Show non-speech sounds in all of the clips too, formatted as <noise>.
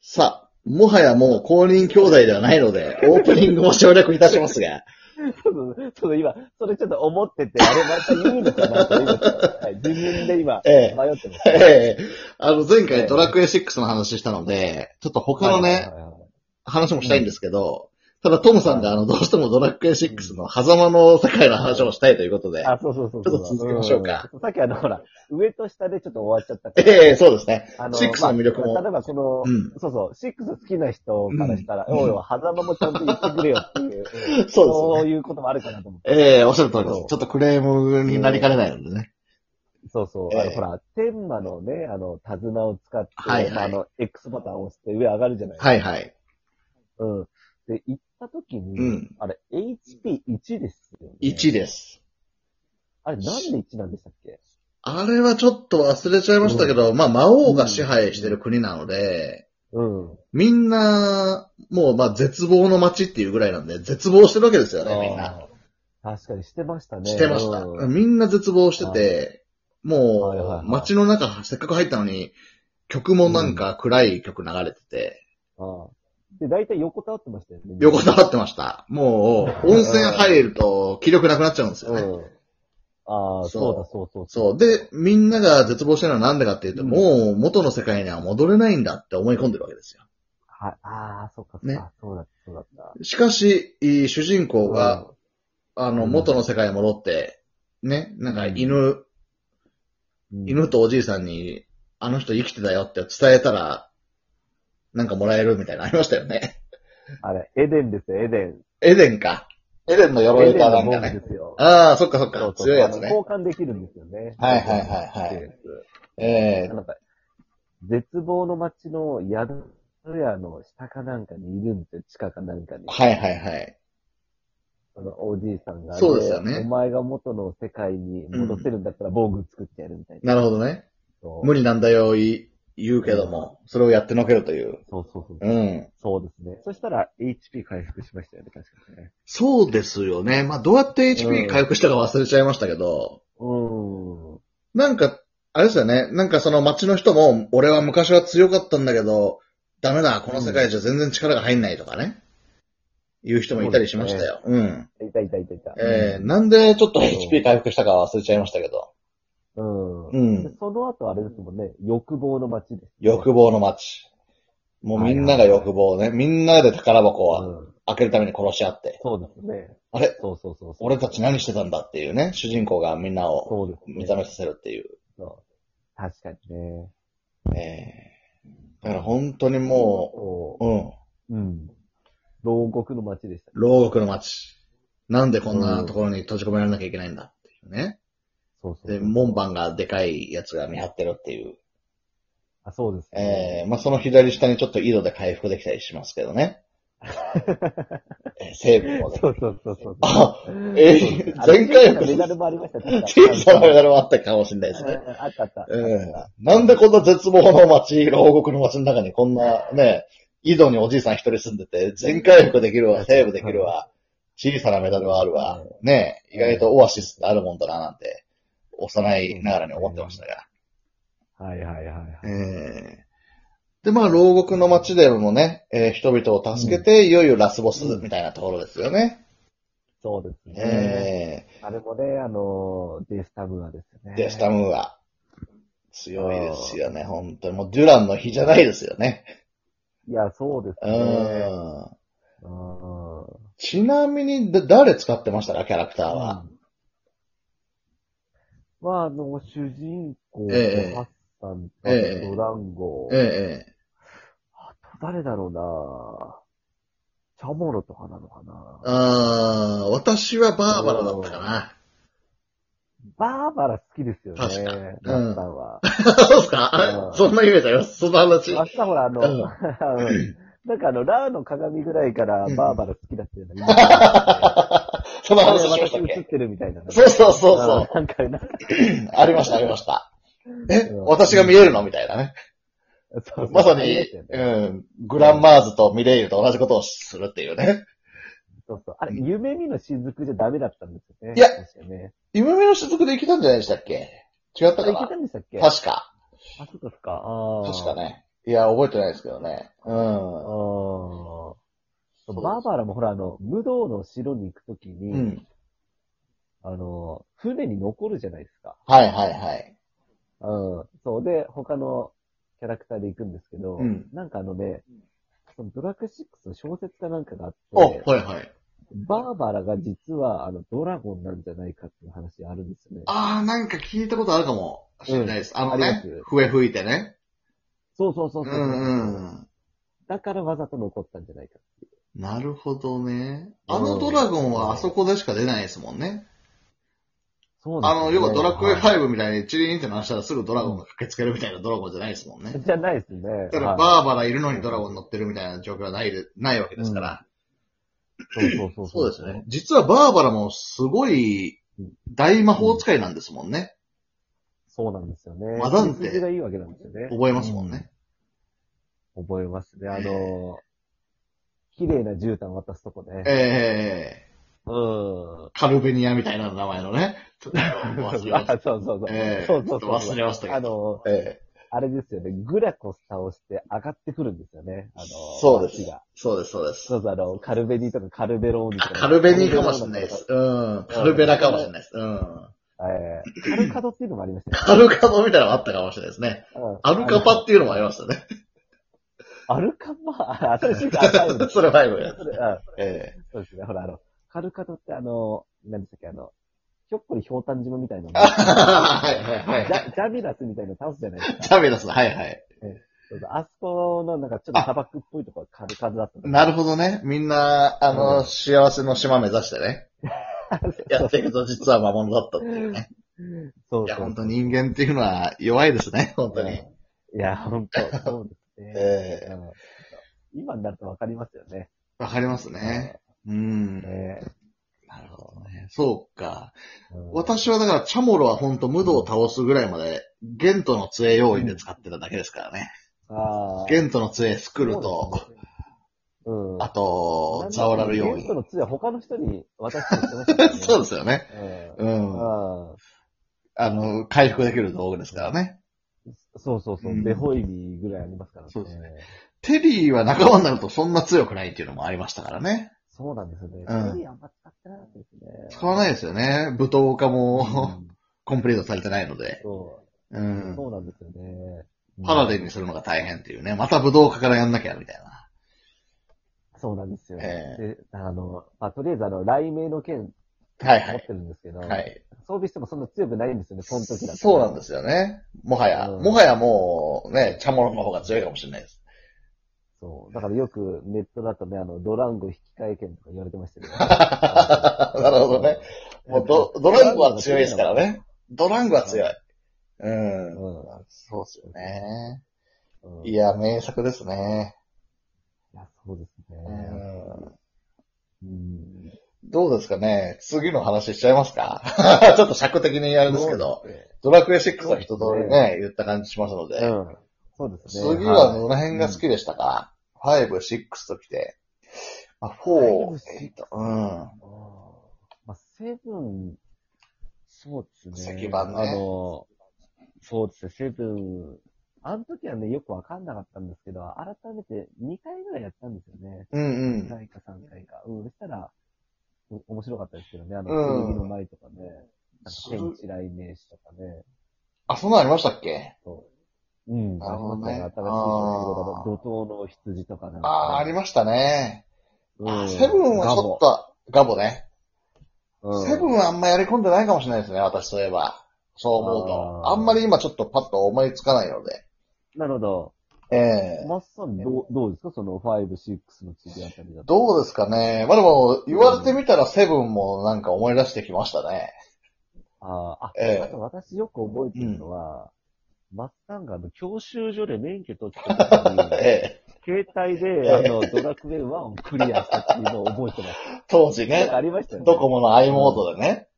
さあ、もはやもう公認兄弟ではないので、オープニングを省略いたします <laughs> が、そうそうそう、そう今、それちょっと思ってて、あれまた言うのかなと今、はい、自分で今、ええ迷ってます。ええあの、前回ドラクエ6の話したので、ちょっと他のはいねは、いはいはい話もしたいんですけど、ただトムさんがあの、どうしてもドラクエ6の狭間の世界の話をしたいということで、あ、そうそうそうそう。ちょっと続けましょうかんさっきあの、ほら、上と下でちょっと終わっちゃったから。ええそうですね。あ6の魅力もまあ例えばこの、うんそうそう、6好きな人からしたら、うんおいおい、狭間もちゃんと言ってくれよっていう、うん <laughs> そうですね。そういうこともあるかなと思って。ええおっしゃる通りです。そうちょっとクレームになりかねないのでね。そうそう、あのええほら、天魔のね、あの、手綱を使って、はいはいまああの、X ボタンを押して上上がるじゃないですか。はいはい。うん。で、行った時に、うんあれ、HP1 ですよ、ね。 1です。あれ、なんで1なんでしたっけあれはちょっと忘れちゃいましたけど、まあ魔王が支配してる国なので、うん。みんな、もうまあ絶望の街っていうぐらいなんで、絶望してるわけですよね、みんな。あー確かにしてましたね。してました。うんみんな絶望してて、はいはいもはうい街の中せっかく入ったのに、曲もなんか暗い曲流れてて、あーで、大体横たわってましたよね。横たわってました。もう、温泉入ると気力なくなっちゃうんですよね。うん。ああ、そうだ、そうそう。そう。で、みんなが絶望してるのはなんでかっていうと、うんもう元の世界には戻れないんだって思い込んでるわけですよ。はい、ああ、そっか、そっか、ねそうだった、そうだった。しかし、いい主人公が、うんあの、うん元の世界に戻って、ね、なんか犬、うん犬とおじいさんに、あの人生きてたよって伝えたら、なんかもらえるみたいなのありましたよね。 <laughs> あれ、エデンですよ、エデン。エデンか。エデンの鎧エデかンなのんボかムね。ですよ。ああ、そっかそっそかう。そう強いやつあのね。交換できるんですよね。はいはいはいはいええなんか、絶望の街の宿屋の下かなんかにいるんですよ、地下かなんかに。はいはいはい。そのおじいさんが。そうですよねお前が元の世界に戻せるんだったら防具作ってやるみたいな。なるほどね。そう無理なんだよ、い言うけども、それをやってのけるという。そうそうそう。うん。そうですね。そしたら HP 回復しましたよね、確かにね。そうですよね。まあ、どうやって HP 回復したか忘れちゃいましたけど、うーん。なんか、あれですよね。なんかその街の人も、俺は昔は強かったんだけど、ダメだ、この世界じゃ全然力が入んないとかね。言う人もいたりしましたよ。うん。いたいたいたいた。えー、なんでちょっと HP 回復したか忘れちゃいましたけど。うん。うでん。その後あれですもんね、欲望の街です、欲望の街。もうみんなが欲望ね。みんなで宝箱をうん開けるために殺し合って。そうですね。あれそうそうそうそう。俺たち何してたんだっていうね。主人公がみんなをそうですね。目覚めさせるっていう。そう確かにね。えー、だから本当にもう、うん。う、うん。牢獄の街でしたね。牢獄の街。なんでこんなところに閉じ込められなきゃいけないんだっていうね。そうそうで、門番がでかいやつが見張ってるっていう。あ、そうですえね。ー、まあ、その左下にちょっと井戸で回復できたりしますけど <laughs> ね。えー、セーブもねそ。うそうそうそう。あ、 <laughs> えー、前回のメダルも、もありましたね。小さなメ <laughs> ダルもあったかもしれないですね。うんあったあった。うん。なんでこんな絶望の街、牢獄の街の中にこんなね、井戸におじいさん一人住んでて、全回復できるわ、セーブできるわ、小さなメダルはあるわ、ねえ、意外とオアシスってあるもんだななんて、幼いながらに思ってましたが。はいはいはいはい。えーで、まあ、牢獄の街でもね、えー人々を助けて、いよいよラスボスみたいなところですよね。そうですね。えあれもね、あの、デスタムアですよね。ー、デスタムーは強いですよね、本当に。もう、デュランの日じゃないですよね。いや、そうですうね。ん。うん。ちなみに、だ誰使ってましたか、キャラクターは。まあ、あの、主人公とええハッサンとええドランゴ、ええ。あと誰だろうなチャモロとかなのかなあー私はバーバラだったかな。バーバラ好きですよね。確かハッサンは。そうですかあうんそんなイメージありますそんな話。ハッサンほら、あの、うん <laughs> なんかあの、ラーの鏡ぐらいからうんバーバラ好きだっていうのが、 <laughs> そんなあ話れしました私っ映けってるみたいな。。<laughs> そうそうそうそうなんか、なんか、う。ありました、ありました。え、うん私が見えるのみたいなね。そうそうまさありにすよ、ねうん、グランマーズとミレイユと同じことをするっていうね。そうそう。あれ、夢見の雫じゃダメだったんですよね。いや確かね。夢見の雫でいけたんじゃないでしたっけ違ったかあれ、いけたなんでしたっけ確か。あ、そうですか。ああ。確かね。いや、覚えてないですけどね。うあん。ーそうですバーバラもほら、あの、武道の城に行くときに、うん。あの、船に残るじゃないですか。はいはいはい。うん。そう。で、他のキャラクターで行くんですけど、うんなんかあのね、そのドラッグ6の小説かなんかがあって、お、はいはい。バーバラが実はあのドラゴンなんじゃないかっていう話あるんですよね。あー、なんか聞いたことあるかもしれないです。あのありまねす、笛吹いてね。そうそうそううそんう、うん。だからわざと残ったんじゃないか。なるほどね。うんあのドラゴンはあそこでしか出ないですもんね。そうなあんですの、要ねはドラクエは5みたいにチリーンって鳴らしたらすぐドラゴンが駆けつけるみたいなドラゴンじゃないですもんねい。じゃないですね。だからはいバーバラいるのにドラゴン乗ってるみたいな状況はないで、ないわけですから。そうそうそうそうですね。。実はバーバラもすごい大魔法使いなんですもんね。そうなんですよね。マダンテ血筋がいいわけなんですよね。覚えますもんね。覚えますね。あの、綺麗な絨毯渡すとこね。えうん。ー、カルベニアみたいな名前のね。ちょっと忘れましあた。そうそうそう。ええそうそうちそうょっと忘れましたけどあの、 <laughs> えあれですよね。グラコス倒して上がってくるんですよね。あのー、、そうです街が。そうです、そうです。そうそう、あの、カルベニとかカルベローニとか。カルベニーかもしれないで。す。うん。カルベラかもしれないです。うん。ええカルカドっていうのもありましたアルカドみたいなのがあったかもしれないですね。よ、ね。アルカパっていうのもありましたね。あのアルカパ新しいか、赤いの <laughs> それはイブやそつ。れうんええそうですね。ほら、あの、カルカドってあの、何でしたっけ、あの、ひょっこりひょうたん島みたいなの。 <laughs> はいはいジはい。ャジャビラスみたいなの倒すじゃないですか。ダメですね。はいはい。そうそうあそこのなんかちょっと砂漠っぽいところカルカドだった。なるほどね。みんな、あうの、ん幸せの島目指して <laughs> ね。ど。やっていくと実は魔物だったっていうね。そうそういや、本当人間っていうのは弱いですね。本当に。いや、本当そうですね。ええうん今になるとわかりますよね。わかりますね。うん。なるねほどね。そうか。うん私はだから、チャモロは本当無道を倒すぐらいまで、ゲントの杖用意で使ってただけですからね。あゲンントの杖、スクルと、、うん。あと、ザオラル要ゲン因ト。の杖は他の人に渡して言ってましたね。。<laughs> そうですすよね。ううん。ん。ああの、回復できる道具ですからね。ーそうそうそうう。んデホイビーぐらいありますからね。そうですね。テリーは仲間になるとそんな強くないっていうのもありましたからね。そうなんですよね。うんテリーあんま使ってなかったですね。使わないですよね。武闘家うもん <laughs> コンプリートされてないので。そうう。ん。そうなんですよね。パラデンにするのが大変っていうね。また武道家からやんなきゃみたいな。そうなんですよ。ええで、あの、まあ、とりあえずあの、雷鳴の剣はいは持っいて。るんですけど、はい。装備してもそんな強くないんですよね、その時だと。。そうなんですすよね。もはや、うんもはやもう、ね、チャモロの方が強いかもしれないです。そう。だからよくネットだとね、あの、ドランゴ引き換え券とか言われてましたけど、 <laughs> なるほどね。もうド、ドランゴは強いですからね。ドランゴは強い。うん。うん。そうですよね。うん。いいや、名作ですね。や、そうですね。うんうん。どうですかね次の話しちゃいますか <laughs> ちょっと尺的にあれですけど、そうですドラクエ6は一通りね、言った感じしますのね。うで、ん。そうですね。次はどいの辺が好きでしたか、?5、6ときて、まあ、 5 4、 6 8、うん。あーまあ、セブン、そうですね。石版ねあの、そうですね、セブン、あの時はね、よくわかんなかったんですけど、改めて2回ぐらいやったんですよね。うんう2ん。回か3回か。うん、そしたら、お面白かったですけどね、あの、うん剣の前とかね、なんかそう天地雷鳴詞とかね、あ、そんなんありましたっけそう。うん、なるほどねありました新しいあード怒涛の羊とかなんか。ああー、ありまましたね。あセブンはちょっとと、ガボね。、うんセブンはあんまやり込んでないかもしれないですね、私といえば。そう思うと。ああーんまり今ちょっとパッと思いつかないので。なるほど。ええマッサン、どう、どうですかその5、6の次あたりだと。どうですかね。まあでも、言われてみたらセブンもなんか思い出してきましたね。あーあ、ええあと私よく覚えてるのは、マッサンがあの、教習所で免許取ってた時に、え携帯 <laughs> で、あの、ドラクエ1をクリアしたっていうのを覚えてます。え当時なんかあ <laughs> ね、りましたよね。ドコモの i モードでね、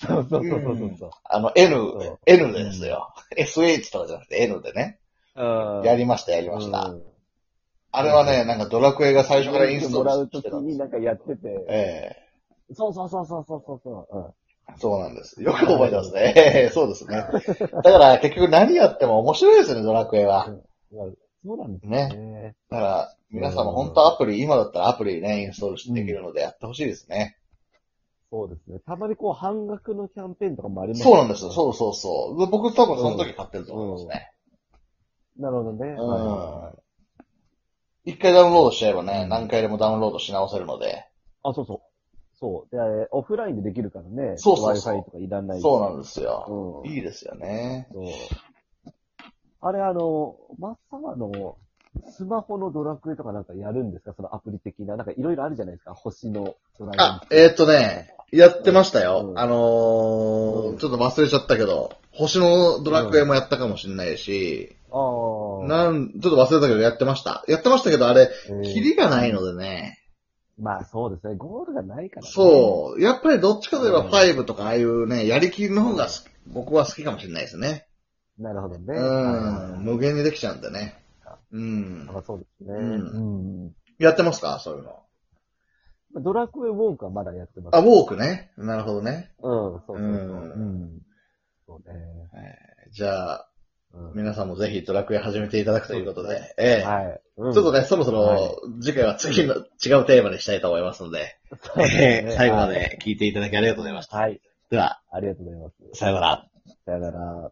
そうそうそうそうそう。あの N そう、 N でですよ。SH とかじゃなくて N でね、うんやりました、やりましうた。んあれはね、なんかドラクエが最初からインストもらーうルしとてきたんでにす。なんかやってて。えそうそうそうそうそうそうそえそうなんです。よく覚えてます <laughs> ね。ええそうですね。だから結局何やっても面白いですね、ドラクエは。う。うん。そうなんですね。ねだから、皆様本当アプリ、今だったらアプリね、インストールできるのでやってほしいですね。そうですね。たまにこう半額のキャンペーンとかもありますね。そうなんですよ。そうそうそう。僕多分その時買ってると思いますね。うんうん、なるほどね。うん。一回ダウンロードしちゃえばね、何回でもダウンロードし直せるので。あ、そうそう。そう。で、オフラインでできるからね。そうそうそう。 Wi-Fi とかいらない。そうなんですよ。うん、いいですよね。そう。あれ、あの、マッサマのスマホのドラクエとかなんかやるんですかそのアプリ的な。なんかいろいろあるじゃないですか星のドラクエ。あ、えー、っとね、やってましたよ。うん、あのーうん、ちょっと忘れちゃったけど、星のドラクエもやったかもしれないし、、うんなん、ちょっと忘れたけどやってました。やってましたけど、あれ、キリがないのでね。まあそうですね、ゴールがないから、ね、そう。やっぱりどっちかといえば5とかああいうね、やりきりの方が僕は好きかもしれないですね。なるほどね。うん。無限にできちゃうんでね。うん。あそうですね、うん。うん。やってますかそういうの。ドラクエウォークはまだやってます。あ、ウォークね。なるほどね。うん、そうそうそう。うん。そうね。えー、じゃあ、うん、皆さんもぜひドラクエ始めていただくということで、でええー、はい、うん、ちょっとね、そろそろ次回は次の違うテーマにしたいと思いますので、はい、 <laughs> えー、最後まで聞いていただきありがとうございました。はい。では、ありがとうございます。さよなら。さよなら。